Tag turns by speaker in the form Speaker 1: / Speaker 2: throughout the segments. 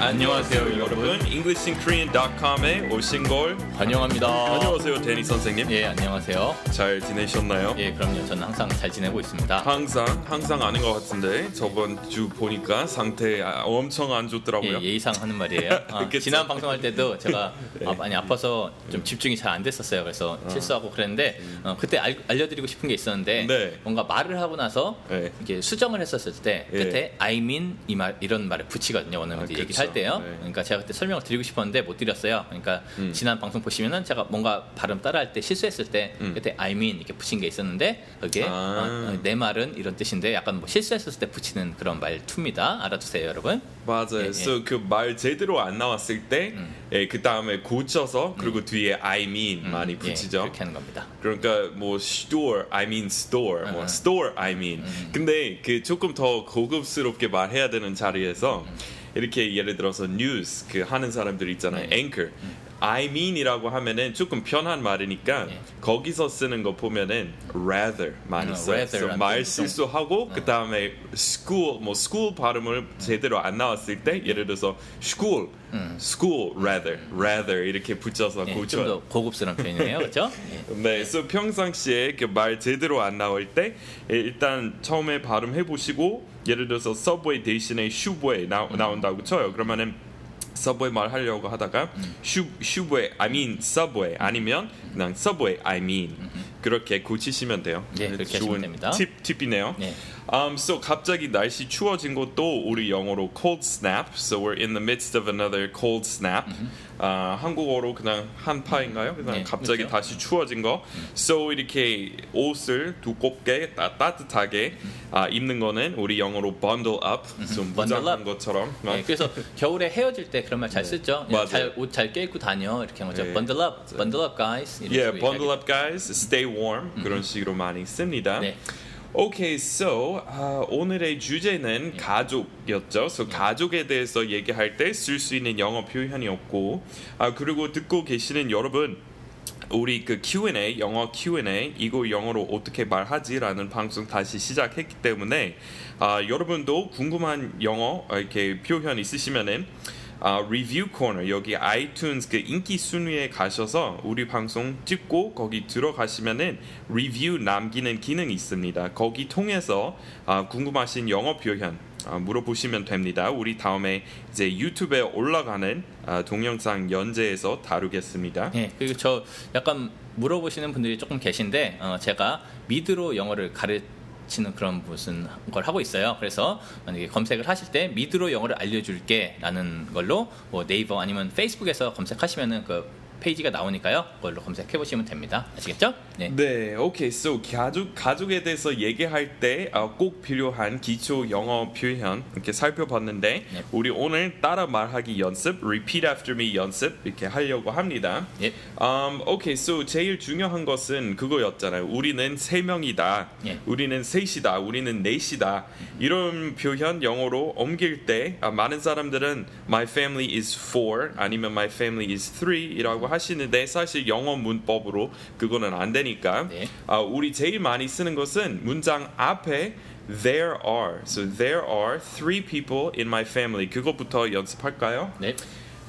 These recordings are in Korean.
Speaker 1: 안녕하세요 여러분.
Speaker 2: 여러분 EnglishinKorean.com에 오신 걸
Speaker 1: 환영합니다.
Speaker 2: 안녕하세요 데니 선생님
Speaker 1: 예, 안녕하세요.
Speaker 2: 잘 지내셨나요?
Speaker 1: 예, 그럼요. 저는 항상 잘 지내고 있습니다.
Speaker 2: 항상 항상 아닌 것 같은데 저번 주 보니까 상태 아, 엄청 안
Speaker 1: 예,
Speaker 2: 좋더라고요.
Speaker 1: 예의상 하는 말이에요. 아,
Speaker 2: 그쵸. 네.
Speaker 1: 지난 방송할 때도 제가 아, 많이 아파서 좀 집중이 잘 안 됐었어요. 그래서
Speaker 2: 아.
Speaker 1: 실수하고 그랬는데 어, 그때 알, 려드리고 싶은 게 있었는데
Speaker 2: 음. 네.
Speaker 1: 뭔가 말을 하고 나서
Speaker 2: 네.
Speaker 1: 이렇게 수정을 했었을 때
Speaker 2: 예.
Speaker 1: 끝에 I mean 이 말, 이런 말을 붙이거든요. 오늘
Speaker 2: 그쵸.
Speaker 1: 얘기를 할 때요.
Speaker 2: 네. 음.
Speaker 1: 그러니까 제가 그때 설명을 드리고 싶었는데 못 드렸어요. 그러니까 지난 방송 보시면은 제가 뭔가 발음 따라할 때 실수했을 때 그때 I mean 이렇게 붙인 게 있었는데 그게
Speaker 2: 음. 아.
Speaker 1: 어, 어, 내 말은 이런 뜻인데 약간 뭐 실수했을 때 붙이는 그런 말투입니다. 알아두세요, 여러분.
Speaker 2: 맞아요.
Speaker 1: 예, 음. 예.
Speaker 2: 그래서 그 말 제대로 안 나왔을 때, 예, 그 다음에 고쳐서 그리고 뒤에 I mean 많이
Speaker 1: 예,
Speaker 2: 붙이죠.
Speaker 1: 그렇게 하는 겁니다.
Speaker 2: 그러니까 뭐 store, I mean store, 뭐
Speaker 1: 아.
Speaker 2: store, I mean.
Speaker 1: 음.
Speaker 2: 근데 그 조금 더 고급스럽게 말해야 되는 자리에서
Speaker 1: 음.
Speaker 2: 이렇게 예를 들어서 news 그 하는 사람들 있잖아요,
Speaker 1: 네.
Speaker 2: anchor. I mean이라고 하면은 조금 편한 말이니까
Speaker 1: 네.
Speaker 2: 거기서 쓰는 거 보면은 rather 많이
Speaker 1: 음,
Speaker 2: 써요. 그래서
Speaker 1: rather라는 네.
Speaker 2: 말
Speaker 1: 좀-
Speaker 2: 실수하고 그 다음에 school 뭐 school 발음을
Speaker 1: 네.
Speaker 2: 제대로 안 나왔을 때 예를 들어서 school, school rather, rather 이렇게 붙여서
Speaker 1: 예,
Speaker 2: 고쳐요.
Speaker 1: 음. 좀더 고급스러운 표현이에요, 그렇죠? 예.
Speaker 2: 네, 그래서 평상시에 이렇게 말 제대로 안 나올 때 예, 일단 처음에 발음해 보시고 예를 들어서 서브웨이 대신에 슈브웨이 나, 나온다고 쳐요. 그러면은 서브웨이 말하려고 하다가 슈 슈브웨이 I mean 서브웨이 아니면 그냥 서브웨이 I mean 그렇게 고치시면 돼요.
Speaker 1: 예, 그렇게 하시면
Speaker 2: 좋은
Speaker 1: 됩니다.
Speaker 2: 팁 팁이네요.
Speaker 1: 네.
Speaker 2: Um, so 갑자기 날씨 추워진 것도 우리 영어로 cold snap. So we're in the midst of another cold snap. 아, 한국어로 그냥 한파인가요? 그냥
Speaker 1: 네,
Speaker 2: 갑자기
Speaker 1: 그렇죠.
Speaker 2: 다시 추워진 거. So 이렇게 옷을 두껍게 따, 따뜻하게 아, 입는 거는 우리 영어로 bundle up. 좀
Speaker 1: bundle
Speaker 2: 무장한
Speaker 1: up.
Speaker 2: 것처럼. 아,
Speaker 1: 예, 그래서 겨울에 헤어질 때 그런 말 잘 쓰죠.
Speaker 2: 네. 맞아요.
Speaker 1: 잘옷 잘 껴입고 다녀 이렇게 하죠.
Speaker 2: 예.
Speaker 1: Bundle up, bundle up, guys. 이런 식으로
Speaker 2: Yeah, 예, bundle up, guys. Stay warm. 그런 식으로 많이 씁니다.
Speaker 1: 네.
Speaker 2: Okay, so 아, 오늘의
Speaker 1: 네.
Speaker 2: 주제는 가족이었죠. So 가족에 대해서 얘기할 때 쓸 수 있는 영어 표현이었고, 아 그리고 듣고 계시는 여러분. 우리 그 Q&A 영어 Q&A 이거 영어로 어떻게 말하지라는 방송 다시 시작했기 때문에 아, 여러분도 궁금한 영어 아, 이렇게 표현 있으시면은 아, 리뷰 코너 여기 아이튠즈 그 인기 순위에 가셔서 우리 방송 찍고 거기 들어가시면은 리뷰 남기는 기능이 있습니다. 거기 통해서 아, 궁금하신 영어 표현 아, 물어보시면 됩니다. 우리 다음에 이제 유튜브에 올라가는 아, 동영상 연재에서 다루겠습니다.
Speaker 1: 예, 그리고 저 약간 물어보시는 분들이 조금 계신데 어, 제가 미드로 영어를 가르치는 그런 무슨 걸 하고 있어요. 그래서 만약에 검색을 하실 때 미드로 영어를 알려줄게라는 걸로 뭐 네이버 아니면 페이스북에서 검색하시면은 그 페이지가 나오니까요. 그걸로 검색해 보시면 됩니다. 아시겠죠? 네.
Speaker 2: 네, 오케이. So 가족 가족에 대해서 얘기할 때 어, 꼭 필요한 기초 영어 표현 이렇게 살펴봤는데
Speaker 1: 네.
Speaker 2: 우리 오늘 따라 말하기 연습, repeat after me 연습 이렇게 하려고 합니다.
Speaker 1: 예.
Speaker 2: Um, okay, so 제일 중요한 것은 그거였잖아요. 우리는 세 명이다.
Speaker 1: 예.
Speaker 2: 우리는 셋이다. 우리는 넷이다. 이런 표현 영어로 옮길 때 아, 많은 사람들은 my family is four 아니면 my family is three이라고 하시는데 사실 영어 문법으로 그거는 안 되니까
Speaker 1: 네.
Speaker 2: 아, 우리 제일 많이 쓰는 것은 문장 앞에 there are. So there are three people in my family. 그것부터 연습할까요?
Speaker 1: 네.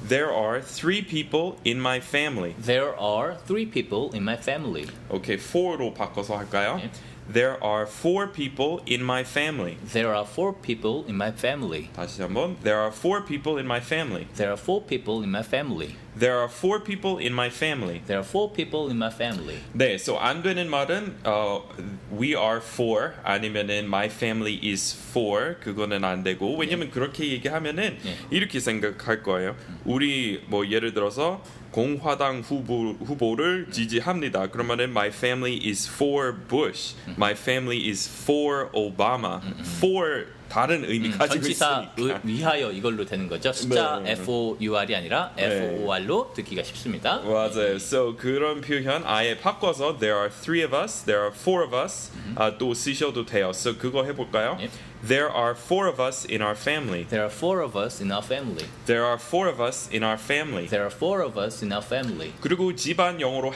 Speaker 2: There are three people in my family.
Speaker 1: There are three people in my family.
Speaker 2: 오케이, four로 바꿔서 할까요?
Speaker 1: 네.
Speaker 2: There are four people in my family.
Speaker 1: There are four people in my family.
Speaker 2: 다시 한번. There are four people in my family.
Speaker 1: There are four people in my family.
Speaker 2: There are four people in my family.
Speaker 1: There are four people in my family.
Speaker 2: 네, so 안 되는 말은 어, we are four 아니면은 my family is four 그거는 안 되고 왜냐면 그렇게 얘기하면은
Speaker 1: 예.
Speaker 2: 이렇게 생각할 거예요. 우리 뭐 예를 들어서 공화당 후보 후보를
Speaker 1: 네.
Speaker 2: 지지합니다. 그러면은 my family is for Bush,
Speaker 1: 음.
Speaker 2: my family is for Obama, for 다른 의미 가지고
Speaker 1: 음, 전치사 의-
Speaker 2: 있으니까.
Speaker 1: 위하여 이걸로 되는 거죠. 숫자
Speaker 2: 네.
Speaker 1: FOUR이 아니라 FOR로 듣기가 쉽습니다.
Speaker 2: 맞아요. So 그런 표현 아예
Speaker 1: 음.
Speaker 2: 바꿔서 there are three of us, there are four of us 아, 또 쓰셔도 돼요. So 그거 해볼까요?
Speaker 1: 예.
Speaker 2: There are four of us in our family.
Speaker 1: There are four of us in our family.
Speaker 2: There are four of us in our family.
Speaker 1: There are four of us in our family.
Speaker 2: 그리고 집안 영어로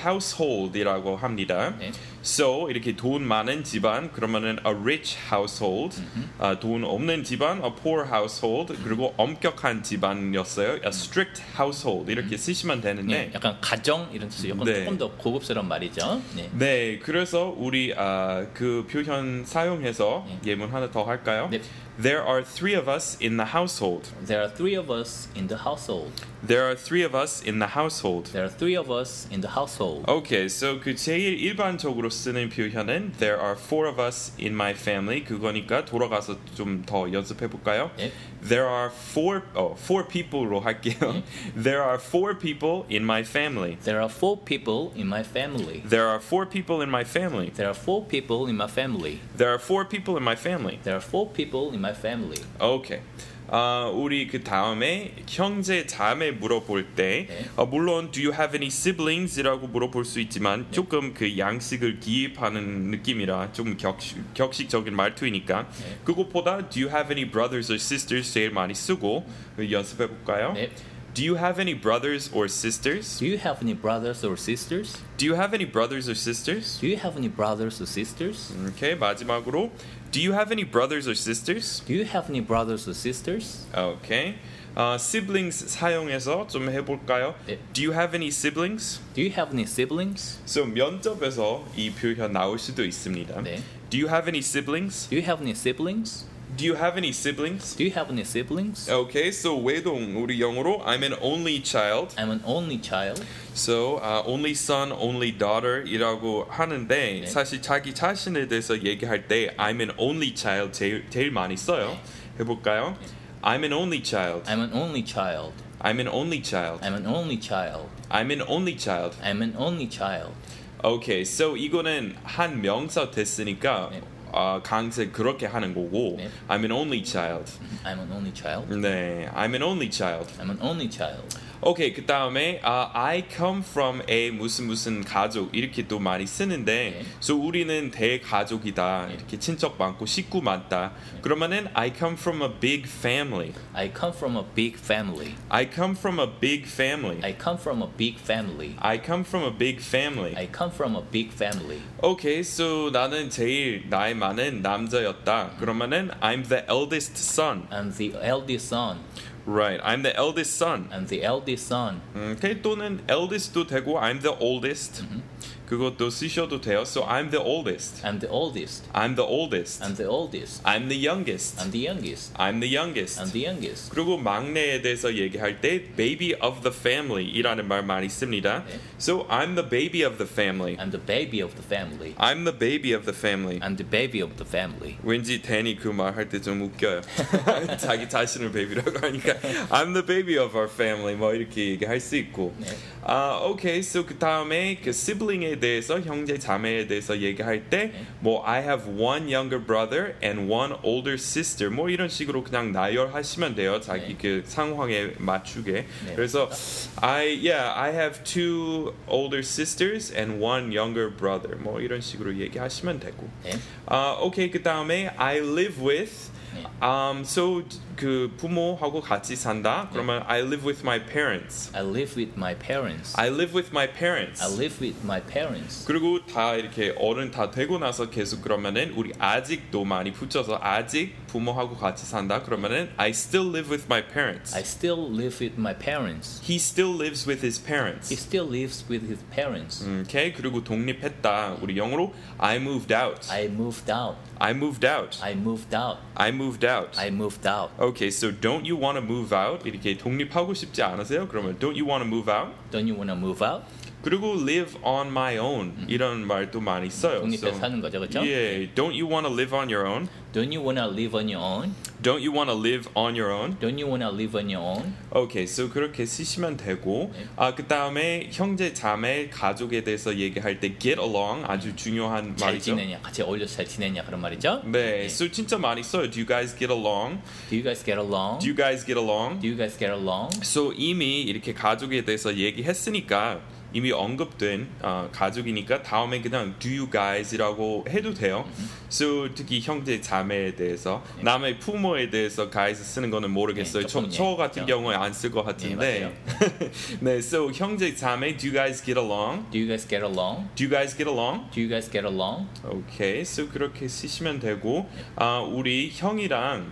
Speaker 2: household이라고 합니다.
Speaker 1: 네.
Speaker 2: So 이렇게 돈 많은 집안 그러면은 a rich household, 아, 돈 없는 집안 a poor household, 그리고 엄격한 집안이었어요. a strict household 이렇게 쓰시면 되는데
Speaker 1: 네, 약간 가정 이런 뜻이 약간
Speaker 2: 네.
Speaker 1: 조금 더 고급스러운 말이죠. 네.
Speaker 2: 네, 그래서 우리 아, 그 표현 사용해서 예문 하나 더 할까요?
Speaker 1: 네.
Speaker 2: There are three of us in the household.
Speaker 1: There are three of us in the household.
Speaker 2: There are three of us in the household.
Speaker 1: There are three of us in the household.
Speaker 2: Okay, so 그 제일 일반적으로 쓰는 표현은 There are four of us in my family. 그거니까 돌아가서 좀 더 연습해 볼까요?
Speaker 1: 네.
Speaker 2: There are four, 어, four people로 할게요. There are four people in my family.
Speaker 1: There are four people in my family.
Speaker 2: There are four people in my family.
Speaker 1: There are four people in my family.
Speaker 2: There are four people in my family.
Speaker 1: There are four people in my family.
Speaker 2: 오케이. 아, 우리 그 다음에 형제 자매 물어볼 때
Speaker 1: 네.
Speaker 2: 어, 물론 do you have any siblings이라고 물어볼 수
Speaker 1: 네.
Speaker 2: 있지만 조금 그 양식을 기입하는 느낌이라 좀 격식, 격식적인 말투이니까
Speaker 1: 네.
Speaker 2: 그것보다 do you have any brothers or sisters 제일 많이 쓰고 그 연습해 볼까요?
Speaker 1: 네.
Speaker 2: Do you have any brothers or
Speaker 1: Eh,
Speaker 2: sisters?
Speaker 1: Do you have any brothers or sisters?
Speaker 2: Do you have any brothers or sisters?
Speaker 1: Do
Speaker 2: 음,
Speaker 1: you have any brothers or sisters?
Speaker 2: 오케이 마지막으로 do you have any brothers or sisters?
Speaker 1: Do you have any brothers or sisters?
Speaker 2: 오케이. 어, Uh, siblings 사용해서 좀 해볼까요?
Speaker 1: 네.
Speaker 2: Do you have any siblings?
Speaker 1: Do you have any siblings?
Speaker 2: So 면접에서 이 표현 나올 수도 있습니다.
Speaker 1: 네.
Speaker 2: Do you have any siblings?
Speaker 1: Do you have any siblings?
Speaker 2: Do you have any siblings?
Speaker 1: Do you have any siblings?
Speaker 2: Okay, so 외동 우리 영어로 I'm an only child.
Speaker 1: I'm an only child.
Speaker 2: So 아, only son, only daughter이라고 하는데 사실 자기 자신에 대해서 얘기할 때 I'm an only child 제일 제일 많이 써요. 해볼까요? I'm an only child.
Speaker 1: I'm an only child.
Speaker 2: I'm an only child.
Speaker 1: I'm an only child.
Speaker 2: I'm an only child.
Speaker 1: I'm an only child.
Speaker 2: 오케이, so 이거는 한 명사 됐으니까
Speaker 1: 네.
Speaker 2: 아, 강세 그렇게 하는 거고
Speaker 1: 네.
Speaker 2: I'm an only child.
Speaker 1: I'm an only child.
Speaker 2: 네, I'm an only child.
Speaker 1: I'm an only child.
Speaker 2: 오케이, 그 다음에 I come from a 무슨 무슨 가족 이렇게 또 많이 쓰는데
Speaker 1: 네.
Speaker 2: so 우리는 대가족이다
Speaker 1: 네.
Speaker 2: 이렇게 친척 많고 식구 많다 그러면은 I come from a big family.
Speaker 1: I come from a big family.
Speaker 2: I come from a big family.
Speaker 1: I come from a big family.
Speaker 2: I come from a big family.
Speaker 1: I come from a big family.
Speaker 2: 오케이, so 나는 제일 나이 많은 남자였다. 그러면은 I'm the eldest son.
Speaker 1: I'm the eldest son.
Speaker 2: Right, I'm the eldest son.
Speaker 1: I'm the eldest son.
Speaker 2: 오케이, 또는 eldest도 되고 I'm the oldest. 그것도 쓰셔도 돼요. So I'm the oldest.
Speaker 1: I'm the oldest.
Speaker 2: I'm the oldest.
Speaker 1: I'm the oldest.
Speaker 2: I'm the youngest.
Speaker 1: I'm the youngest.
Speaker 2: I'm the
Speaker 1: I'm
Speaker 2: youngest.
Speaker 1: the youngest.
Speaker 2: 그리고 막내에 대해서 얘기할 때 baby of the family이라는 말 많이 씁니다.
Speaker 1: 네.
Speaker 2: So I'm the baby of the family.
Speaker 1: I'm the baby of the family.
Speaker 2: I'm the baby of the family.
Speaker 1: I'm the baby of the family.
Speaker 2: 왠지 데니 그 말 할 때 좀 웃겨요. 자기 자신을 베이비라고 하니까 I'm the baby of our family 뭐 이렇게 얘기할 수 있고.
Speaker 1: 네.
Speaker 2: 아 오케이, so 그 다음에 그 sibling에 대해서 형제 자매에 대해서 얘기할
Speaker 1: 네.
Speaker 2: 때 뭐 I have one younger brother and one older sister 뭐 이런 식으로 그냥 나열하시면 돼요.
Speaker 1: 네.
Speaker 2: 자기 그 상황에 맞추게.
Speaker 1: 네,
Speaker 2: 그래서 I yeah I have two older sisters and one younger brother 뭐 이런 식으로 얘기하시면 되고.
Speaker 1: 네.
Speaker 2: 아, 오케이 Uh, 그 다음에 I live with
Speaker 1: 네.
Speaker 2: um, so 그 부모하고 같이 산다 그러면 I live with my parents
Speaker 1: I live with my parents.
Speaker 2: I live with my parents
Speaker 1: I live with my parents.
Speaker 2: 그리고 다 이렇게 어른 다 되고 나서 계속 그러면은 우리 아직도 많이 붙여서 아직 부모하고 같이 산다 그러면은 I still live with my parents
Speaker 1: I still live with my parents.
Speaker 2: He still lives with his parents
Speaker 1: He still lives with his parents.
Speaker 2: 오케이 그리고 독립했다 우리 영어로 I moved out
Speaker 1: I moved out.
Speaker 2: I moved out
Speaker 1: I moved out.
Speaker 2: I moved out
Speaker 1: I moved out.
Speaker 2: Okay, so don't you want to move out? 이렇게 독립하고 싶지 않으세요? 그러면 don't you want to move out?
Speaker 1: Don't you wanna move out?
Speaker 2: 그리고 live on my own 이런 말도 많이 써요.
Speaker 1: 음. 독립해서 사는 거죠, 그렇죠?
Speaker 2: Yeah, don't you want to live on your own?
Speaker 1: Don't you wanna live on your own?
Speaker 2: Don't you want to live on your own?
Speaker 1: Don't you wanna live on your own?
Speaker 2: Okay, so 그렇게 쓰시면 되고
Speaker 1: 네.
Speaker 2: 아 그다음에 형제 자매 가족에 대해서 얘기할 때 get along 아주 중요한
Speaker 1: 잘
Speaker 2: 말이죠.
Speaker 1: 지내냐? 같이 어울려서 잘 지내냐 그런 말이죠?
Speaker 2: 네, so 진짜 많이 써요. Do you guys get along?
Speaker 1: Do you guys get along?
Speaker 2: Do you guys get along?
Speaker 1: Do you guys get along?
Speaker 2: So 이미 이렇게 가족에 대해서 얘기했으니까 이미 언급된 어, 가족이니까 다음에 그냥 do you guys라고 해도 돼요.
Speaker 1: 음.
Speaker 2: so 특히 형제 자매에 대해서 남의 부모에 대해서 guys 쓰는 거는 모르겠어요.
Speaker 1: 예,
Speaker 2: 저,
Speaker 1: 네. 조금,
Speaker 2: 저
Speaker 1: 예.
Speaker 2: 같은
Speaker 1: 어.
Speaker 2: 경우에 안 쓸 것
Speaker 1: 맞아요.
Speaker 2: 같은데. 네, so 형제 자매 do you guys get along?
Speaker 1: Do you guys get along?
Speaker 2: do you guys get along?
Speaker 1: Do you guys get along?
Speaker 2: 오케이, so 그렇게 쓰시면 되고, 아 우리 형이랑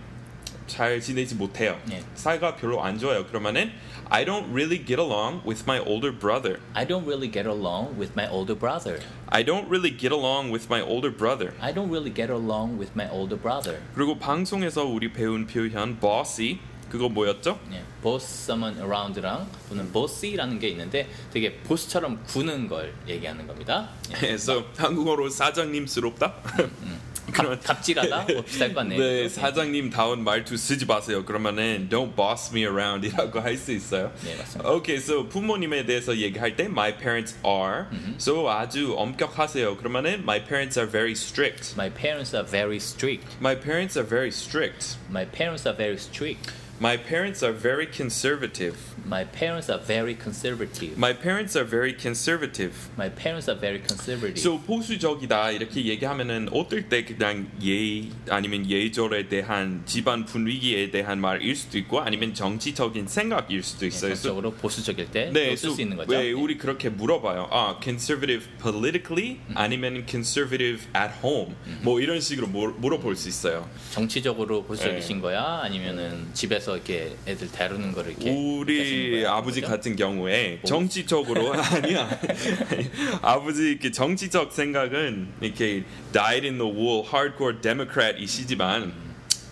Speaker 2: 잘 지내지 못해요.
Speaker 1: 네.
Speaker 2: 사이가 별로 안 좋아요. 그러면은 I don't really get along with my older brother.
Speaker 1: I don't really get along with my older brother.
Speaker 2: I don't really get along with my older brother.
Speaker 1: I don't really get along with my older brother.
Speaker 2: 그리고 방송에서 우리 배운 표현 bossy 그거 뭐였죠?
Speaker 1: 예, boss someone around랑 또는 bossy라는 게 있는데 되게 보스처럼 구는 걸 얘기하는 겁니다. 예.
Speaker 2: 그래서 한국어로 사장님스럽다. 그러면-
Speaker 1: 갑, 갑질하다 뭐 비슷할 것 같네요.
Speaker 2: 네, 사장님 다운 말투 쓰지 마세요. 그러면은 don't boss me around이라고 할 수 있어요.
Speaker 1: 네, 맞습니다.
Speaker 2: Okay, so 부모님에 대해서 얘기할 때 my parents are. So 아주 엄격하세요. 그러면은 my parents are very strict.
Speaker 1: My parents are very strict.
Speaker 2: My parents are very strict.
Speaker 1: My parents are very strict.
Speaker 2: My parents are very conservative.
Speaker 1: My parents are very conservative.
Speaker 2: My parents are very conservative.
Speaker 1: My parents are very conservative.
Speaker 2: So 보수적이다 이렇게 얘기하면은 어떨 때 그냥 예의 아니면 예절에 대한 집안 분위기에 대한 말일 수도 있고 아니면 정치적인 생각일 수도
Speaker 1: 예,
Speaker 2: 있어요. So
Speaker 1: 전적으로 보수적일
Speaker 2: 네,
Speaker 1: 때쓸수
Speaker 2: so
Speaker 1: 있는 거죠.
Speaker 2: 왜 우리 그렇게 물어봐요? 아, conservative politically
Speaker 1: 음.
Speaker 2: 아니면 conservative at home 뭐 이런 식으로 물, 물어볼 수 있어요.
Speaker 1: 정치적으로 보수적이신
Speaker 2: 네.
Speaker 1: 거야? 아니면은 집에서 이렇게 애들 다루는 거를 이렇게
Speaker 2: 네.
Speaker 1: 하시는
Speaker 2: 우리
Speaker 1: 예, 거야?
Speaker 2: 아버지
Speaker 1: 그죠?
Speaker 2: 같은 경우에
Speaker 1: 뭐?
Speaker 2: 정치적으로 아니야. 아버지 이렇게 정치적 생각은 이렇게 died in the wool hardcore democrat이시지만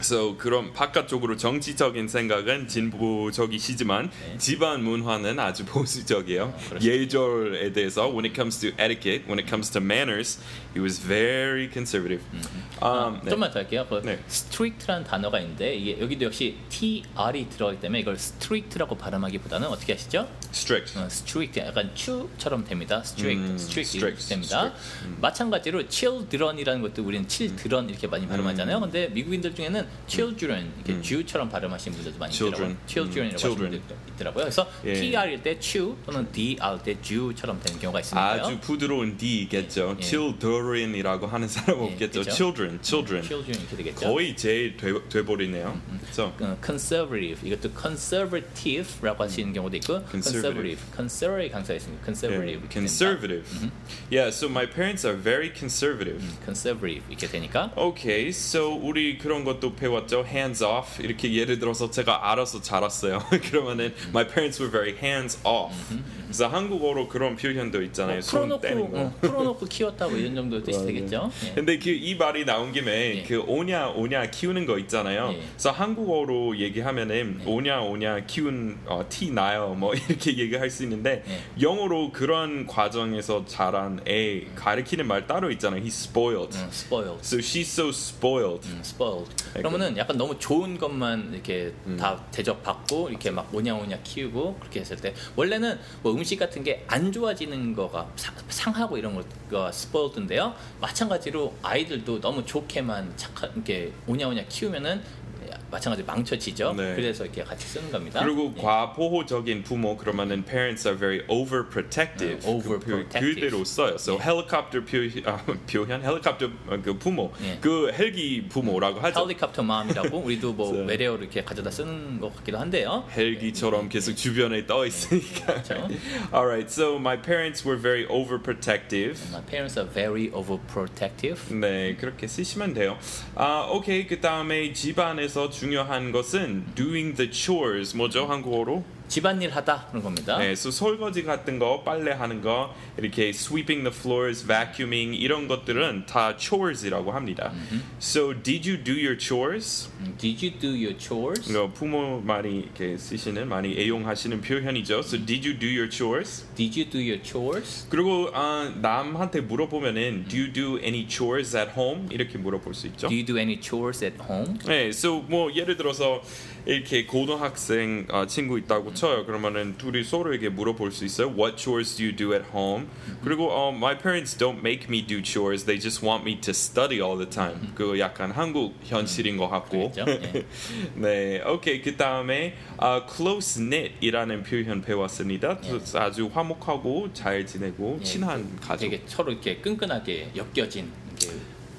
Speaker 2: so 그런 바깥쪽으로 정치적인 생각은 진보적이시지만 집안 문화는 아주 보수적이에요.
Speaker 1: 네. 그렇습니다.
Speaker 2: 예절에 대해서 when it comes to etiquette, when it comes to manners, he was very conservative. 음, 네.
Speaker 1: 좀만 더 할게요. 그
Speaker 2: 네.
Speaker 1: strict라는 단어가 있는데 이게 여기도 역시 tr이 들어가기 때문에 이걸 strict라고 발음하기보다는 어떻게 하시죠?
Speaker 2: strict.
Speaker 1: 어, strict 약간 추처럼 됩니다. strict,
Speaker 2: 음,
Speaker 1: strict,
Speaker 2: strict, 음.
Speaker 1: 이렇게 됩니다. 마찬가지로 children이라는 것도 우리는 children 이렇게 많이 발음하잖아요. 근데 미국인들 중에는 children 이렇게 Jew처럼 발음하시는 분들도 많이
Speaker 2: 음. Children.
Speaker 1: 있더라고요. children이라고 하시는
Speaker 2: Children.
Speaker 1: 분들도 있더라고요. 그래서
Speaker 2: 예.
Speaker 1: tr일 때 chu 또는 dr일 때 jew처럼 되는 경우가 있으니까요.
Speaker 2: 아주 부드러운 D겠죠.
Speaker 1: 예.
Speaker 2: Children이라고 하는 사람
Speaker 1: 예,
Speaker 2: 없겠죠.
Speaker 1: 그죠? 음,
Speaker 2: Children, children.
Speaker 1: children 이렇게 되겠죠.
Speaker 2: 거의 제일 돼, 돼버리네요. 그렇죠.
Speaker 1: 어, conservative 이것도 conservative라고 하시는 경우도 있고
Speaker 2: 음. Conservative.
Speaker 1: conservative, conservative 강사가 있습니다. 음.
Speaker 2: 예,
Speaker 1: conservative 이렇게
Speaker 2: Conservative. Yeah, so my parents are very conservative.
Speaker 1: 됩니다. conservative 이렇게 되니까
Speaker 2: Okay, so 우리 그런 것도 배웠죠. Hands off. 이렇게 예를 들어서 제가 알아서 자랐어요. 그러면은
Speaker 1: 음.
Speaker 2: my parents were very hands off. 그래서 한국어로 그런 표현도 있잖아요. 예, 손
Speaker 1: 풀어놓고
Speaker 2: 떼는 거. 아,
Speaker 1: 어, 풀어놓고 키웠다고 이런 정도 뜻이 되겠죠. 예.
Speaker 2: 근데 그 이 말이 나온 김에
Speaker 1: 예.
Speaker 2: 그 오냐 오냐 키우는 거 있잖아요.
Speaker 1: 예. 네.
Speaker 2: 그래서 한국어로 얘기하면은 오냐 오냐 키운 어, 티 나요 뭐 이렇게 얘기할 수 있는데
Speaker 1: 예.
Speaker 2: 영어로 그런 과정에서 자란 애 가르키는 말 따로 있잖아요. He's spoiled.
Speaker 1: 음, spoiled.
Speaker 2: So she's so spoiled.
Speaker 1: 음, spoiled.
Speaker 2: 네,
Speaker 1: 그러면은 약간 너무 좋은 것만 이렇게
Speaker 2: 음.
Speaker 1: 다 대접받고 이렇게 막 오냐오냐 키우고 그렇게 했을 때 원래는 뭐 음식 같은 게 안 좋아지는 거가 사- 상하고 이런 거가 spoiled인데요. 마찬가지로 아이들도 너무 좋게만 착한 이렇게 오냐오냐 키우면은 마찬가지로 망쳐지죠.
Speaker 2: 네.
Speaker 1: 그래서 이렇게 같이 쓰는 겁니다. 예.
Speaker 2: 그리고 과보호적인 부모 그러면은 parents are very overprotective.
Speaker 1: 음, overprotective. 네.
Speaker 2: 그, 그대로 써요. So helicopter 표, 아, 표현 helicopter 어, 그 부모
Speaker 1: 예.
Speaker 2: 그 헬기 부모라고 하죠.
Speaker 1: 헬리콥터 마음이라고 우리도 뭐
Speaker 2: 그래서-
Speaker 1: 외래어 이렇게 가져다 쓰는 것 같기도 한데요.
Speaker 2: 헬기처럼 계속 주변에 떠 있으니까.
Speaker 1: 그렇죠.
Speaker 2: Alright, so my parents were very overprotective.
Speaker 1: My parents are very overprotective.
Speaker 2: 네, 그렇게 쓰시면 돼요. 아, 오케이. 그 다음에 집안에서 중요한 것은 doing the chores. 뭐죠, 한국어로?
Speaker 1: 집안일 하다 그런 겁니다.
Speaker 2: 네, so 설거지 같은 거, 빨래하는 거, 이렇게 sweeping the floors, vacuuming 이런 것들은 다 chores이라고 합니다. So did you do your chores?
Speaker 1: 음, Did you do your chores?
Speaker 2: 이거 부모 많이 이렇게 쓰시는, 많이 애용하시는 표현이죠. So did you do your chores?
Speaker 1: Did you do your chores?
Speaker 2: 그리고 아, 남한테 물어보면은 do you do any chores at home 이렇게 물어볼 수 있죠.
Speaker 1: Do you do any chores at home?
Speaker 2: 네, so 뭐 예를 들어서 이렇게 고등학생 어, 친구 있다고 쳐요. 그러면은 둘이 서로에게 물어볼 수 있어요. What chores do you do at home?
Speaker 1: 음.
Speaker 2: 그리고 어, my parents don't make me do chores. They just want me to study all the time. 그 약간 한국 현실인 것 같고.
Speaker 1: 음. 그렇죠? 예.
Speaker 2: 네, 오케이. 그 다음에 아 close knit이라는 표현 배웠습니다.
Speaker 1: 네.
Speaker 2: 그래서 아주 화목하고 잘 지내고
Speaker 1: 예,
Speaker 2: 친한 가족.
Speaker 1: 되게 서로 이렇게 끈끈하게 엮여진 이제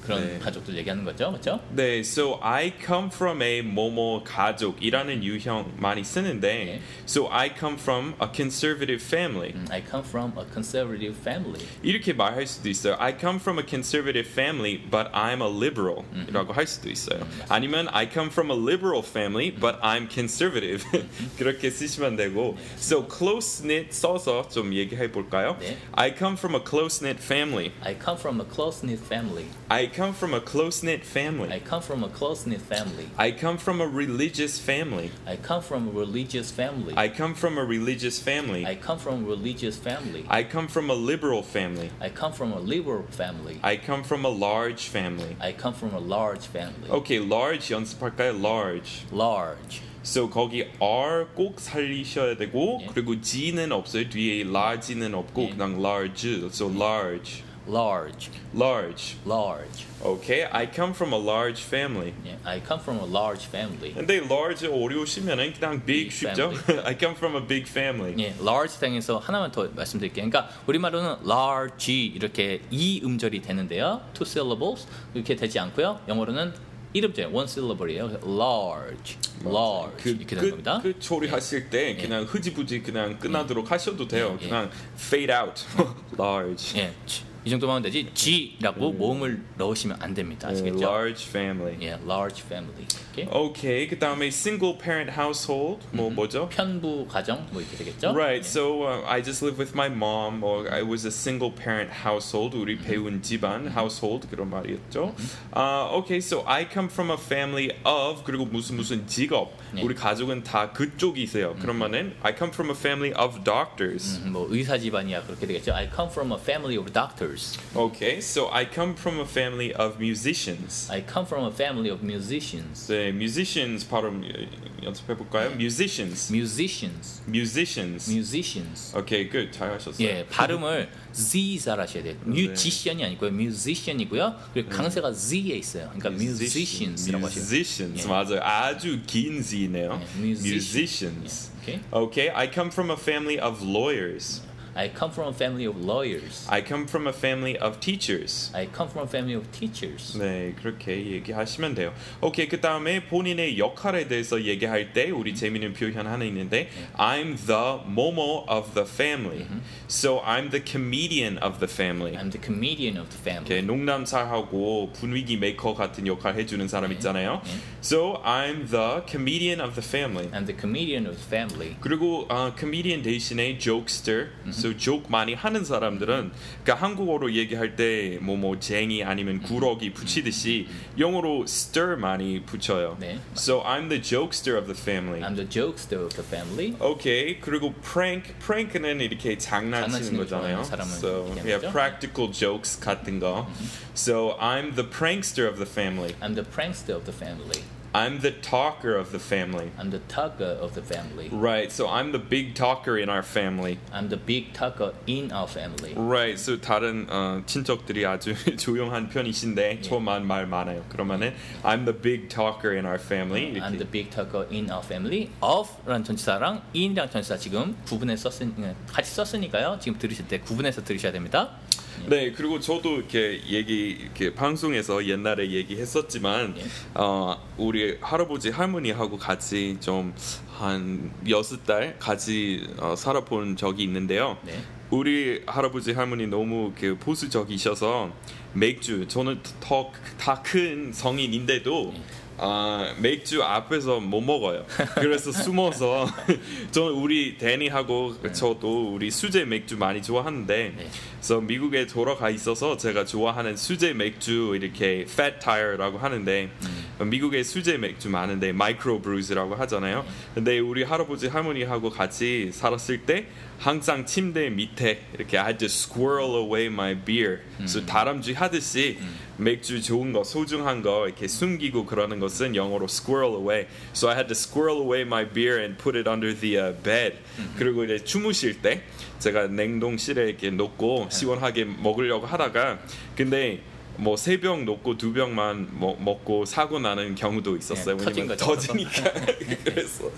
Speaker 1: 그런
Speaker 2: 네.
Speaker 1: 가족들 얘기하는 거죠, 그렇죠?
Speaker 2: 네, so I come from a 뭐뭐 가족이라는 유형 많이 쓰는데,
Speaker 1: 네.
Speaker 2: so I come from a conservative family.
Speaker 1: I come from a conservative family.
Speaker 2: 이렇게 말할 수도 있어요. I come from a conservative family, but I'm a liberal. 이라고 할 수도 있어요. 아니면 I come from a liberal family, but I'm conservative. 그렇게 쓰시면 되고. So close knit 써서 좀 얘기해 볼까요?
Speaker 1: 네.
Speaker 2: I come from a close knit family.
Speaker 1: I come from a close-knit family.
Speaker 2: I come from a close knit family.
Speaker 1: I come from a close-knit family.
Speaker 2: I come from a religious family.
Speaker 1: I come from a religious family.
Speaker 2: I come from a religious family.
Speaker 1: I come from a religious family.
Speaker 2: I come from a liberal family.
Speaker 1: I come from a liberal family.
Speaker 2: I come from a large family.
Speaker 1: I come from a large family.
Speaker 2: Okay, large 연습할까요? Large.
Speaker 1: Large.
Speaker 2: So 거기 R 꼭 살리셔야 되고
Speaker 1: 예.
Speaker 2: 그리고 G는 없어요. 뒤에 large는 없고
Speaker 1: 예.
Speaker 2: 그냥 large. So large.
Speaker 1: Large.
Speaker 2: Large.
Speaker 1: Large.
Speaker 2: Okay, I come from a large family.
Speaker 1: Yeah, I come from a large family.
Speaker 2: 근데 large 어려우시면은 그냥
Speaker 1: Big
Speaker 2: big, 쉽죠? I come from a big family.
Speaker 1: 예, large 당에서 하나만 더 말씀드릴게요. 그러니까 우리말로는 large 이렇게 이 음절이 되는데요. two syllables 이렇게 되지 않고요. 영어로는 1음절, one syllable이에요. 그래서 large, large 이렇게 되는 겁니다.
Speaker 2: 그 처리하실 때 그냥 흐지부지 그냥 끝나도록 하셔도 돼요.
Speaker 1: 예.
Speaker 2: 그냥 fade out, large,
Speaker 1: 예, 치- 이 정도만 하면 되지 G라고 모음을 넣으시면 안 됩니다. 아시겠죠?
Speaker 2: large family.
Speaker 1: 예, large family. 이렇게.
Speaker 2: 오케이 그 다음에 single parent household 뭐
Speaker 1: 음.
Speaker 2: 뭐죠?
Speaker 1: 편부 가정 뭐 이렇게 되겠죠?
Speaker 2: Right, so uh, I just live with my mom, or I was a single parent household. 우리
Speaker 1: 음.
Speaker 2: 배운 집안 household 그런 말이었죠. Uh, okay, so I come from a family of 그리고 무슨 무슨 직업.
Speaker 1: 네.
Speaker 2: 우리 가족은 다 그쪽이세요. 그러면은 I come from a family of doctors.
Speaker 1: 음, 뭐 의사 집안이야 그렇게 되겠죠. I come from a family of doctors.
Speaker 2: Okay, so I come from a family of musicians.
Speaker 1: I come from a family of musicians.
Speaker 2: 네, musicians 발음 어, 연습해 볼까요? Musicians,
Speaker 1: Musicians,
Speaker 2: musicians.
Speaker 1: musicians.
Speaker 2: Okay, good. 잘 하셨어요.
Speaker 1: 예, 발음을 Z 잘하셔야 돼요. musician이 아니고요, musician이고요. 그리고 강세가 Z에 있어요. 그러니까 musicians라고 하시면 돼요.
Speaker 2: musicians
Speaker 1: 예.
Speaker 2: 맞아요. 아주 긴 Z네요.
Speaker 1: 예, musician.
Speaker 2: musicians.
Speaker 1: 예, okay.
Speaker 2: Okay, I come from a family of lawyers.
Speaker 1: I come from a family of lawyers.
Speaker 2: I come from a family of teachers.
Speaker 1: I come from a family of teachers.
Speaker 2: 네, 그렇게 얘기하시면 돼요. 오케이, 그 다음에 본인의 역할에 대해서 얘기할 때
Speaker 1: 음.
Speaker 2: 우리 재미있는 표현 하나 있는데
Speaker 1: 네.
Speaker 2: I'm the 뭐뭐 of the family.
Speaker 1: 음.
Speaker 2: So I'm the comedian of the family.
Speaker 1: I'm the comedian of the family.
Speaker 2: 이렇게 농담사하고 분위기 메이커 같은 역할 해주는 사람 있잖아요.
Speaker 1: 네.
Speaker 2: So I'm the comedian of the family.
Speaker 1: I'm the comedian of the family.
Speaker 2: 그리고 어, comedian 대신에 jokester, so joke 많이 하는 사람들은 그러니까 한국어로 얘기할 때 뭐 뭐 쟁이 아니면 구러기 붙이듯이 영어로 stir 많이 붙여요.
Speaker 1: 네.
Speaker 2: So I'm the jokester of the family.
Speaker 1: I'm the jokester of the family.
Speaker 2: 오케이 그리고 prank prank는 이렇게 장난치는
Speaker 1: 장난치는 거 좋아하는
Speaker 2: 거잖아요.
Speaker 1: 사람을
Speaker 2: So
Speaker 1: 얘기하는
Speaker 2: yeah,
Speaker 1: 거죠?
Speaker 2: practical jokes 같은 거. So I'm the prankster of the family.
Speaker 1: I'm the prankster of the family.
Speaker 2: I'm the talker of the family.
Speaker 1: I'm the talker of the family.
Speaker 2: Right. So I'm the big talker in our family.
Speaker 1: I'm the big talker in our family.
Speaker 2: Right. So 다른 어, 친척들이 아주 조용한 편이신데 저만 말 많아요. 그러면은 I'm the big talker in our family.
Speaker 1: I'm the
Speaker 2: 이렇게.
Speaker 1: big talker in our family. of라는 전치사랑 in이랑 전치사 지금 구분해 썼으니 같이 썼으니까요. 지금 들으실 때 구분해서 들으셔야 됩니다.
Speaker 2: 네. 그리고 저도 이렇게 얘기 이렇게 방송에서 옛날에 얘기했었지만
Speaker 1: 예.
Speaker 2: 어, 우리 할아버지 할머니하고 같이 좀 한 여섯 달 같이 어, 살아본 적이 있는데요.
Speaker 1: 네.
Speaker 2: 우리 할아버지 할머니 너무 그 보수적이셔서 맥주 저는 더다 큰 성인인데도
Speaker 1: 예.
Speaker 2: 아, 맥주 앞에서 못 먹어요. 그래서 숨어서 저는 우리 데니하고 저도 우리 수제 맥주 많이 좋아하는데
Speaker 1: 네.
Speaker 2: 그래서 미국에 돌아가 있어서 제가 좋아하는 수제 맥주 이렇게 Fat Tire라고 하는데 미국의 수제 맥주 많은데 마이크로 브루즈라고 하잖아요. 근데 우리 할아버지 할머니하고 같이 살았을 때 항상 침대 밑에 이렇게 I just squirrel away my beer. 그래서 다람쥐 하듯이 맥주 좋은 거 소중한 거 이렇게 숨기고 그러는 것은 영어로 squirrel away. So I had to squirrel away my beer and put it under the uh, bed.
Speaker 1: Mm-hmm.
Speaker 2: 그리고 이제 주무실 때 제가 냉동실에 이렇게 놓고 시원하게 먹으려고 하다가 근데 뭐 세 병 놓고 두 병만 먹- 먹고 사고 나는 경우도 있었어요.
Speaker 1: 예, 터진
Speaker 2: 왜냐면
Speaker 1: 거죠.
Speaker 2: 터지니까 그래서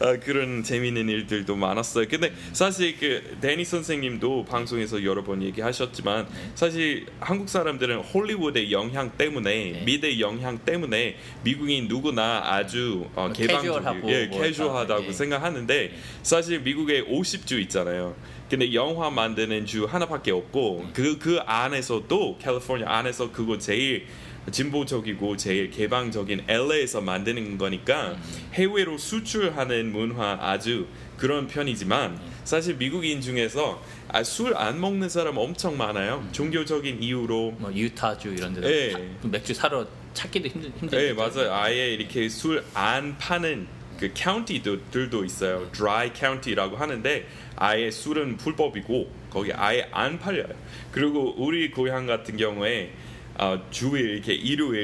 Speaker 2: 아, 그런 재미있는 일들도 많았어요. 근데 사실 그 데니 선생님도 방송에서 여러 번 얘기하셨지만
Speaker 1: 네.
Speaker 2: 사실 한국 사람들은 홀리우드의 영향 때문에
Speaker 1: 네.
Speaker 2: 미대 영향 때문에 미국인 누구나 아주 어,
Speaker 1: 뭐
Speaker 2: 개방적이고
Speaker 1: 캐주얼하고
Speaker 2: 예,
Speaker 1: 뭐
Speaker 2: 캐주얼하다고
Speaker 1: 예.
Speaker 2: 생각하는데 사실 미국에 50주 있잖아요. 근데 영화 만드는 주 하나밖에 없고 그 그 안에서도 캘리포니아 안에서 그거 제일 진보적이고 제일 개방적인 LA에서 만드는 거니까 해외로 수출하는 문화 아주 그런 편이지만 사실 미국인 중에서 아, 술 안 먹는 사람 엄청 많아요. 종교적인 이유로
Speaker 1: 뭐 유타주 이런 데서
Speaker 2: 예.
Speaker 1: 사- 맥주 사러 찾기도 힘들 힘들.
Speaker 2: 네 맞아요. 아예 이렇게 술 안 파는 그 카운티들도 있어요. 드라이 카운티라고 하는데 아예 술은 불법이고 거기 아예 안 팔려요. 그리고 우리 고향 같은 경우에 어, 주일 이렇게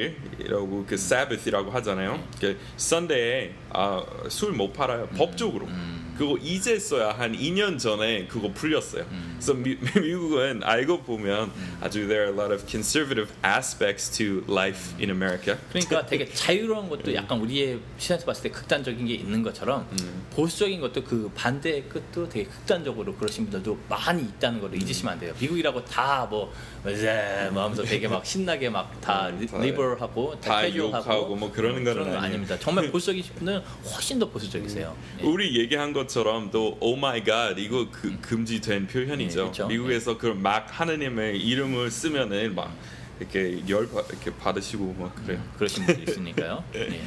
Speaker 2: 일요일이라고 그 사바스라고 하잖아요. 그 선데이에 어, 술 못 팔아요. 법적으로. 그거 이제 써야 한 2년 전에 그거 풀렸어요. 그래서 미, 미국은 알고 보면 아주 there are a lot of conservative aspects to life in America.
Speaker 1: 그러니까 되게 자유로운 것도 약간 우리의 시선에서 봤을 때 극단적인 게 있는 것처럼
Speaker 2: 음.
Speaker 1: 보수적인 것도 그 반대의 끝도 되게 극단적으로 그러신 분들도 많이 있다는
Speaker 2: 음.
Speaker 1: 걸 잊으시면 안 돼요. 미국이라고 다뭐 이제 뭐 하면서 되게 막 신나게 막 다
Speaker 2: 음, 다-
Speaker 1: 리버럴하고
Speaker 2: 다
Speaker 1: 다
Speaker 2: 욕하고
Speaker 1: 캐주얼하고 음,
Speaker 2: 뭐 그러는 거는 아니에요. 그
Speaker 1: 아닙니다. 정말 보수적인 분들은 훨씬 더 보수적이세요. 예.
Speaker 2: 우리 얘기한 것처럼 또 오 마이 갓 이거 그- 금지된
Speaker 1: 음. 네,
Speaker 2: 표현이죠.
Speaker 1: 그렇죠.
Speaker 2: 미국에서 그런 막 하느님의 이름을 쓰면은 막 이렇게 열 받- 이렇게 받으시고 막 그래요.
Speaker 1: 예, 그러신 분들 있으니까요.
Speaker 2: 네.
Speaker 1: 예.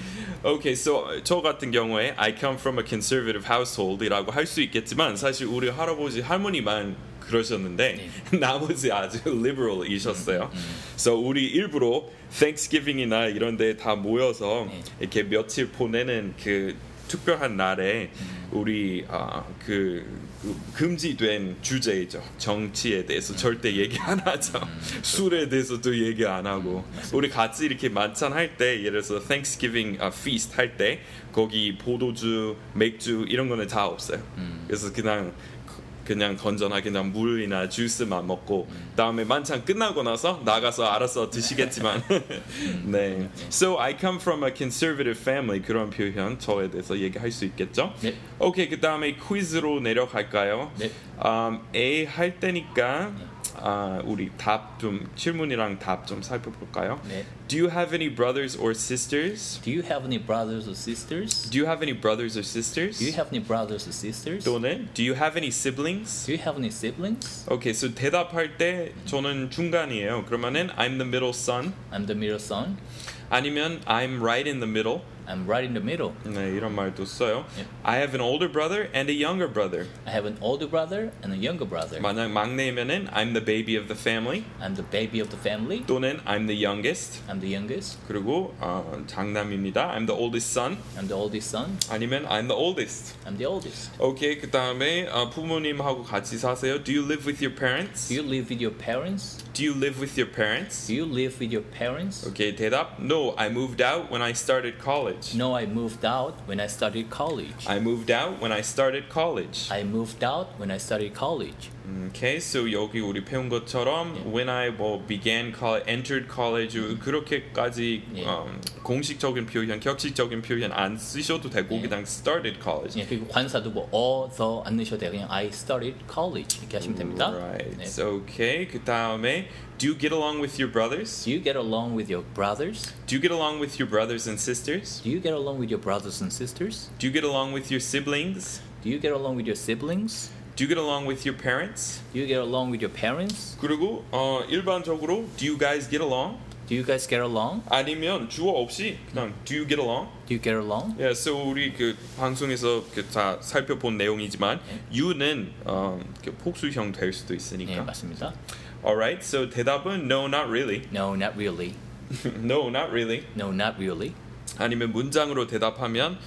Speaker 2: Okay, so 저 같은 경우에 I come from a conservative household이라고 할 수 있겠지만 사실 우리 할아버지 할머니만 그러셨는데
Speaker 1: 네.
Speaker 2: 나머지 아주 liberal이셨어요.
Speaker 1: 음,
Speaker 2: So 우리 일부러 Thanksgiving이나 이런데 다 모여서
Speaker 1: 네.
Speaker 2: 이렇게 며칠 보내는 그 특별한 날에 우리 아, 그, 그 금지된 주제이죠. 정치에 대해서 절대 얘기 안 하죠. 술에 대해서도 얘기 안 하고 우리 같이 이렇게 만찬 할 때 예를 들어서 Thanksgiving 아, feast 할 때 거기 포도주, 맥주 이런 거는 다 없어요. 그래서 그냥 그냥 건전하게 그냥 물이나 주스만 먹고 다음에 만찬 끝나고 나서 나가서 알아서 드시겠지만 네. So I come from a conservative family 그런 표현 저에 대해서 얘기할 수 있겠죠?
Speaker 1: 네.
Speaker 2: 오케이 그 다음에 퀴즈로 내려갈까요?
Speaker 1: 네.
Speaker 2: 음, A 할 때니까 아, 우리 답 좀 질문이랑 답 좀 살펴볼까요?
Speaker 1: 네.
Speaker 2: Do you have any brothers or sisters?
Speaker 1: Do you have any brothers or sisters?
Speaker 2: Do you have any brothers or sisters?
Speaker 1: Do you have any brothers or sisters? Do
Speaker 2: 또는 Do you have any siblings?
Speaker 1: you have any siblings?
Speaker 2: 오케이, so 대답할 때 저는 중간이에요. 그러면은 I'm the middle son
Speaker 1: I'm the middle son.
Speaker 2: 아니면 I'm right in the middle
Speaker 1: I'm right in the middle.
Speaker 2: 네, 이런 말도 써요.
Speaker 1: 예.
Speaker 2: I have an older brother and a younger brother.
Speaker 1: I have an older brother and a younger brother.
Speaker 2: 만약 막내면은 I'm the baby of the family
Speaker 1: I'm the baby of the family.
Speaker 2: 또는 I'm the youngest
Speaker 1: I'm the youngest.
Speaker 2: 그리고 어, 장남입니다. I'm the oldest son
Speaker 1: I'm the oldest son.
Speaker 2: 아니면 I'm the oldest.
Speaker 1: I'm the oldest.
Speaker 2: 오케이, 그 다음에 부모님하고 같이 사세요. Do you live with your parents?
Speaker 1: Do you live with your parents?
Speaker 2: Do you live with your parents?
Speaker 1: Do you live with your parents?
Speaker 2: 오케이, 대답. No, I moved out when I started college.
Speaker 1: No, I moved out when I started college.
Speaker 2: I moved out when I started college.
Speaker 1: I moved out when I started college.
Speaker 2: Okay, so 여기 우리 배운 것처럼 when I 뭐 began college, entered college 그렇게까지
Speaker 1: 예.
Speaker 2: 음, 공식적인 표현, 격식적인 표현 안 쓰셔도 되고
Speaker 1: 예.
Speaker 2: 그냥 started college.
Speaker 1: 예, 그리고 관사도 뭐 all, the 안 넣으셔도 돼요. 그냥 I started college 이렇게 하시면 됩니다.
Speaker 2: Right.
Speaker 1: 네.
Speaker 2: Okay. 그 다음에 do you get along with your brothers?
Speaker 1: Do you get along with your brothers?
Speaker 2: Do you get along with your brothers and sisters?
Speaker 1: Do you get along with your brothers and sisters?
Speaker 2: Do you get along with your siblings?
Speaker 1: Do you get along with your siblings?
Speaker 2: Do you get along with your parents?
Speaker 1: Do you get along with your parents?
Speaker 2: 그리고 어, 일반적으로 do you guys get along?
Speaker 1: Do you guys get along?
Speaker 2: 아니면 주어 없이 그냥 do you get along?
Speaker 1: Do you get along?
Speaker 2: 예, so 우리 그 방송에서 그 다 살펴본 내용이지만 you는 어, 그 복수형 될 수도
Speaker 1: 예,
Speaker 2: 있으니까.
Speaker 1: 맞습니다.
Speaker 2: Alright, so 대답은 no, not really.
Speaker 1: No, not really.
Speaker 2: no, not really.
Speaker 1: No, not really.
Speaker 2: 아니면 문장으로 대답하면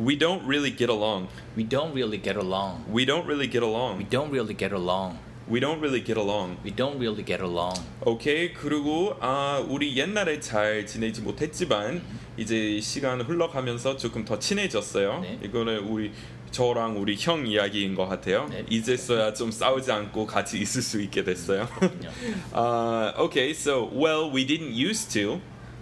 Speaker 2: We don't really get along.
Speaker 1: We don't really get along.
Speaker 2: We don't really get
Speaker 1: We
Speaker 2: along.
Speaker 1: don't really get along.
Speaker 2: We don't really get along.
Speaker 1: We don't really get along.
Speaker 2: 오케이 그리고 아 우리 옛날에 잘 지내지 못했지만 이제 시간 흘러가면서 조금 더 친해졌어요.
Speaker 1: 네.
Speaker 2: 이거는 우리 저랑 우리 형 이야기인 것 같아요.
Speaker 1: 네.
Speaker 2: 이제서야 좀 싸우지 않고 같이 있을 수 있게 됐어요.
Speaker 1: 그렇군요.
Speaker 2: 아 오케이 so well we didn't used to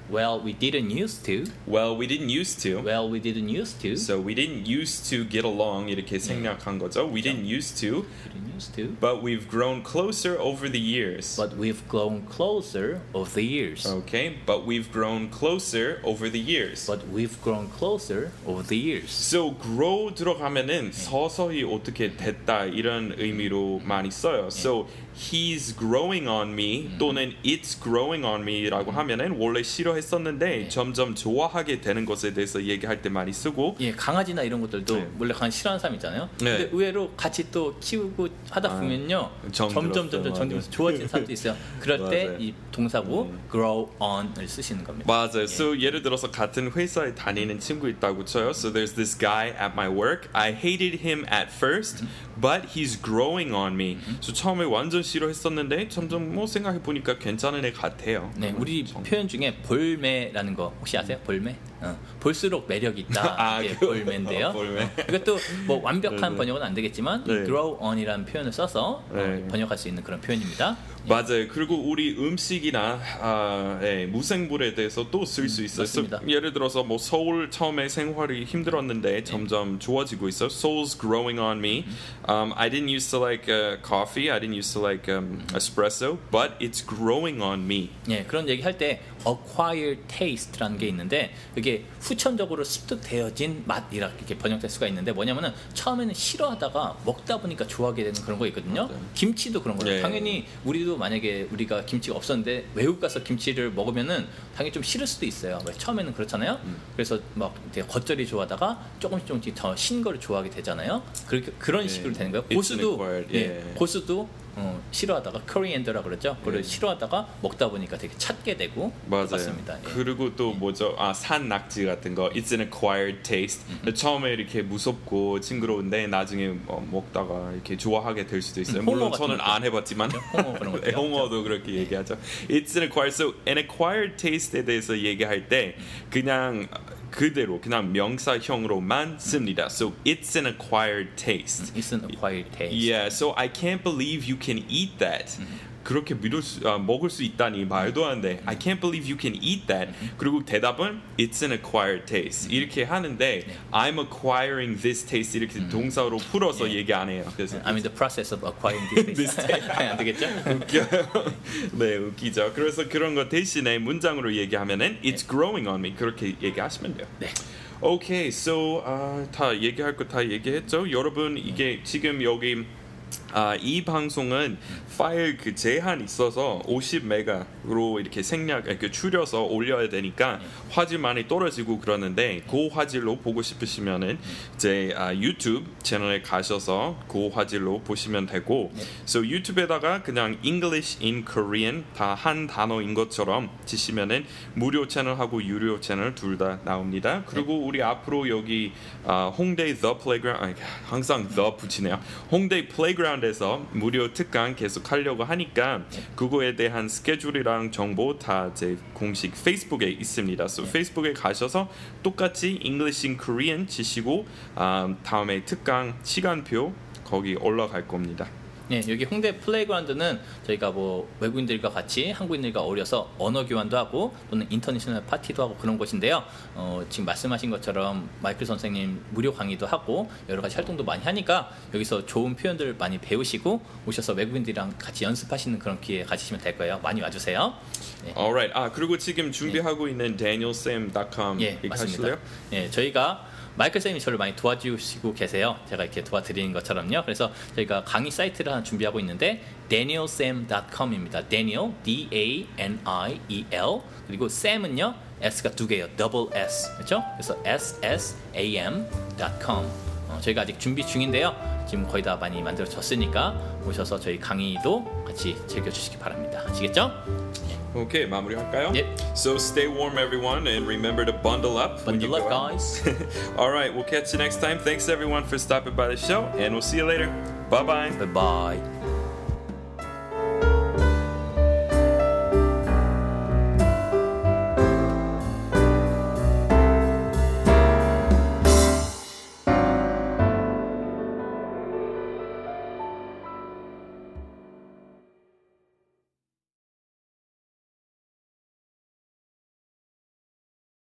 Speaker 1: Well, we didn't used to.
Speaker 2: well we didn't used to
Speaker 1: Well, we didn't used to.
Speaker 2: so we didn't used to get along 이렇게 생략한 거죠. We didn't used to
Speaker 1: we didn't used to.
Speaker 2: but we've grown closer over the years.
Speaker 1: But we've grown closer over the years.
Speaker 2: Okay, but we've grown closer over the years.
Speaker 1: But we've grown closer over the years.
Speaker 2: So grow 들어가면은 서서히 어떻게 됐다 이런 의미로 많이 써요. So he's growing on me 또는 it's growing on me라고 하면은 원래 싫어했었는데 점점 좋아하게 되는 것에 대해서 얘기할 때 많이 쓰고
Speaker 1: 예, 강아지나 이런 것들도
Speaker 2: 네.
Speaker 1: 원래 강아지 싫어하는 사람 있잖아요.
Speaker 2: 네. 아,
Speaker 1: 근데 의외로 같이 또 키우고 하다 보면요.
Speaker 2: 점
Speaker 1: 점점
Speaker 2: 들었어요.
Speaker 1: 점점 점점
Speaker 2: 맞아요.
Speaker 1: 좋아지는 사람도 있어요. 그럴 때
Speaker 2: 맞아요. 음.
Speaker 1: 이 동사고 grow on을 쓰시는 겁니다.
Speaker 2: 맞아요. So 예를 들어서 같은 회사에 다니는 친구 있다고 쳐요. So there's this guy at my work. I hated him at first, but he's growing on me. So 처음에 완전 싫어했었는데 점점 뭐 생각해 보니까 괜찮은 애 같아요.
Speaker 1: 네, 우리
Speaker 2: 음, 정-
Speaker 1: 표현 중에 볼매라는 거 혹시 아세요? 볼매? 어, 볼수록 매력 있다.
Speaker 2: 아,
Speaker 1: 이게
Speaker 2: 그-
Speaker 1: 볼매인데요.
Speaker 2: 어, 볼매.
Speaker 1: 이것도 뭐 완벽한
Speaker 2: 네네.
Speaker 1: 번역은 안 되겠지만
Speaker 2: 네.
Speaker 1: grow on이라는 표현을 써서 어,
Speaker 2: 네.
Speaker 1: 번역할 수 있는 그런 표현입니다.
Speaker 2: 맞아요. 그리고 우리 음식이나 아, 예, 무생물에 대해서 또 쓸 수 있어요.
Speaker 1: 음, 맞습니다.
Speaker 2: So, 예를 들어서 뭐 서울 처음에 생활이 힘들었는데
Speaker 1: 네.
Speaker 2: 점점 좋아지고 있어. Soul's growing on me.
Speaker 1: 음.
Speaker 2: Um, I didn't used to like uh, coffee. I didn't used to like um, espresso, but it's growing on me.
Speaker 1: 예, 그런 얘기 할 때 acquire taste라는 게 있는데 그게 후천적으로 습득되어진 맛 이렇게 번역될 수가 있는데 뭐냐면은 처음에는 싫어하다가 먹다 보니까 좋아하게 되는 그런 거 있거든요. 네. 김치도 그런 거예요.
Speaker 2: 예.
Speaker 1: 당연히 우리도 만약에 우리가 김치가 없었는데 외국 가서 김치를 먹으면은 당연히 좀 싫을 수도 있어요. 왜? 처음에는 그렇잖아요. 그래서 막 되게 겉절이 좋아하다가 조금씩 조금씩 더 신 거를 좋아하게 되잖아요. 그렇게 그런
Speaker 2: 예.
Speaker 1: 식으로 되는 거예요.
Speaker 2: It's
Speaker 1: 고수도
Speaker 2: required.
Speaker 1: 예,
Speaker 2: 예.
Speaker 1: 고수도 어, 싫어하다가 커리앤더라 그러죠. 그걸
Speaker 2: 예.
Speaker 1: 싫어하다가 먹다 보니까 되게 찾게 되고
Speaker 2: 맞아요.
Speaker 1: 똑같습니다. 예.
Speaker 2: 그리고 또 뭐죠? 아, 산 낙지 같은 거. It's an acquired taste. 처음에 이렇게 무섭고 징그러운데 나중에 어, 먹다가 이렇게 좋아하게 될 수도 있어요.
Speaker 1: 음, 홍어
Speaker 2: 물론
Speaker 1: 같은
Speaker 2: 저는
Speaker 1: 것도.
Speaker 2: 안 해봤지만
Speaker 1: 홍어 그런 예. 것도
Speaker 2: 네, 홍어도 그렇게 얘기하죠. It's an acquired. So an acquired taste에 대해서 얘기할
Speaker 1: 음.
Speaker 2: 때 그냥 그대로 그냥 명사형으로만 씁니다. So it's an acquired taste.
Speaker 1: It's an acquired taste.
Speaker 2: Yeah, so I can't believe you can eat that. 그렇게 믿을 수, 아, 먹을 수 있다니 말도 안 돼. I can't believe you can eat that. 그리고 대답은 it's an acquired taste 이렇게 하는데 I'm acquiring this taste 이렇게 동사로 풀어서 얘기 안 해요. 그래서
Speaker 1: I'm in the process of acquiring this
Speaker 2: This
Speaker 1: taste. 예, 안 되겠죠?
Speaker 2: 웃겨요. 네, 웃기죠. 그래서 그런 거 대신에 문장으로 얘기하면은 it's growing on me 그렇게 얘기하시면 돼요.
Speaker 1: 네.
Speaker 2: 오케이, so 아, 다 얘기할 거 다 얘기했죠. 여러분 이게 지금 여기 아, 이 방송은 파일 그 제한 있어서 50메가로 이렇게 생략 이렇게 줄여서 올려야 되니까 화질 많이 떨어지고 그러는데 그 화질로 보고 싶으시면은 제 아, 유튜브 채널에 가셔서 그 화질로 보시면 되고 so 유튜브에다가 그냥 English in Korean 다 한 단어인 것처럼 치시면은 무료 채널하고 유료 채널 둘 다 나옵니다.
Speaker 1: 네.
Speaker 2: 그리고 우리 앞으로 여기 아, 홍대 The Playground 아니, 항상 The 붙이네요. 홍대 Playground에서 무료 특강 계속 하려고 하니까
Speaker 1: 네.
Speaker 2: 그거에 대한 스케줄이랑 정보 다 제 공식 페이스북에 있습니다. so
Speaker 1: 네.
Speaker 2: 페이스북에 가셔서 똑같이 English in Korean 치시고 아, 다음에 특강 시간표 거기 올라갈 겁니다.
Speaker 1: 예, 여기 홍대 플레이그라운드는 저희가 뭐 외국인들과 같이 한국인들과 어울려서 언어 교환도 하고 또는 인터내셔널 파티도 하고 그런 곳인데요. 어, 지금 말씀하신 것처럼 마이클 선생님 무료 강의도 하고 여러 가지 활동도 많이 하니까 여기서 좋은 표현들 많이 배우시고 오셔서 외국인들이랑 같이 연습하시는 그런 기회 가지시면 될 거예요. 많이 와주세요. 예.
Speaker 2: Alright. 아 그리고 지금 준비하고 있는 danielsam.com
Speaker 1: 네. 예, 맞습니다.
Speaker 2: 얘기하실래요?
Speaker 1: 예, 저희가 마이클 쌤이 저를 많이 도와주시고 계세요. 제가 이렇게 도와드리는 것처럼요. 그래서 저희가 강의 사이트를 하나 준비하고 있는데 danielsam.com입니다. Daniel D A N I E L 그리고 sam은요 S가 두 개예요. double S 그렇죠? 그래서 S S A M.com 어, 저희가 아직 준비 중인데요. 지금 거의 다 많이 만들어졌으니까 오셔서 저희 강의도 같이 즐겨주시기 바랍니다. 아시겠죠?
Speaker 2: Okay, 마무리할까요?
Speaker 1: Yep.
Speaker 2: So stay warm, everyone, and remember to bundle up. when you
Speaker 1: Bundle up,
Speaker 2: go out.
Speaker 1: guys.
Speaker 2: All right, we'll catch you next time. Thanks, everyone, for stopping by the show, and we'll see you later. Bye bye.
Speaker 1: Bye bye.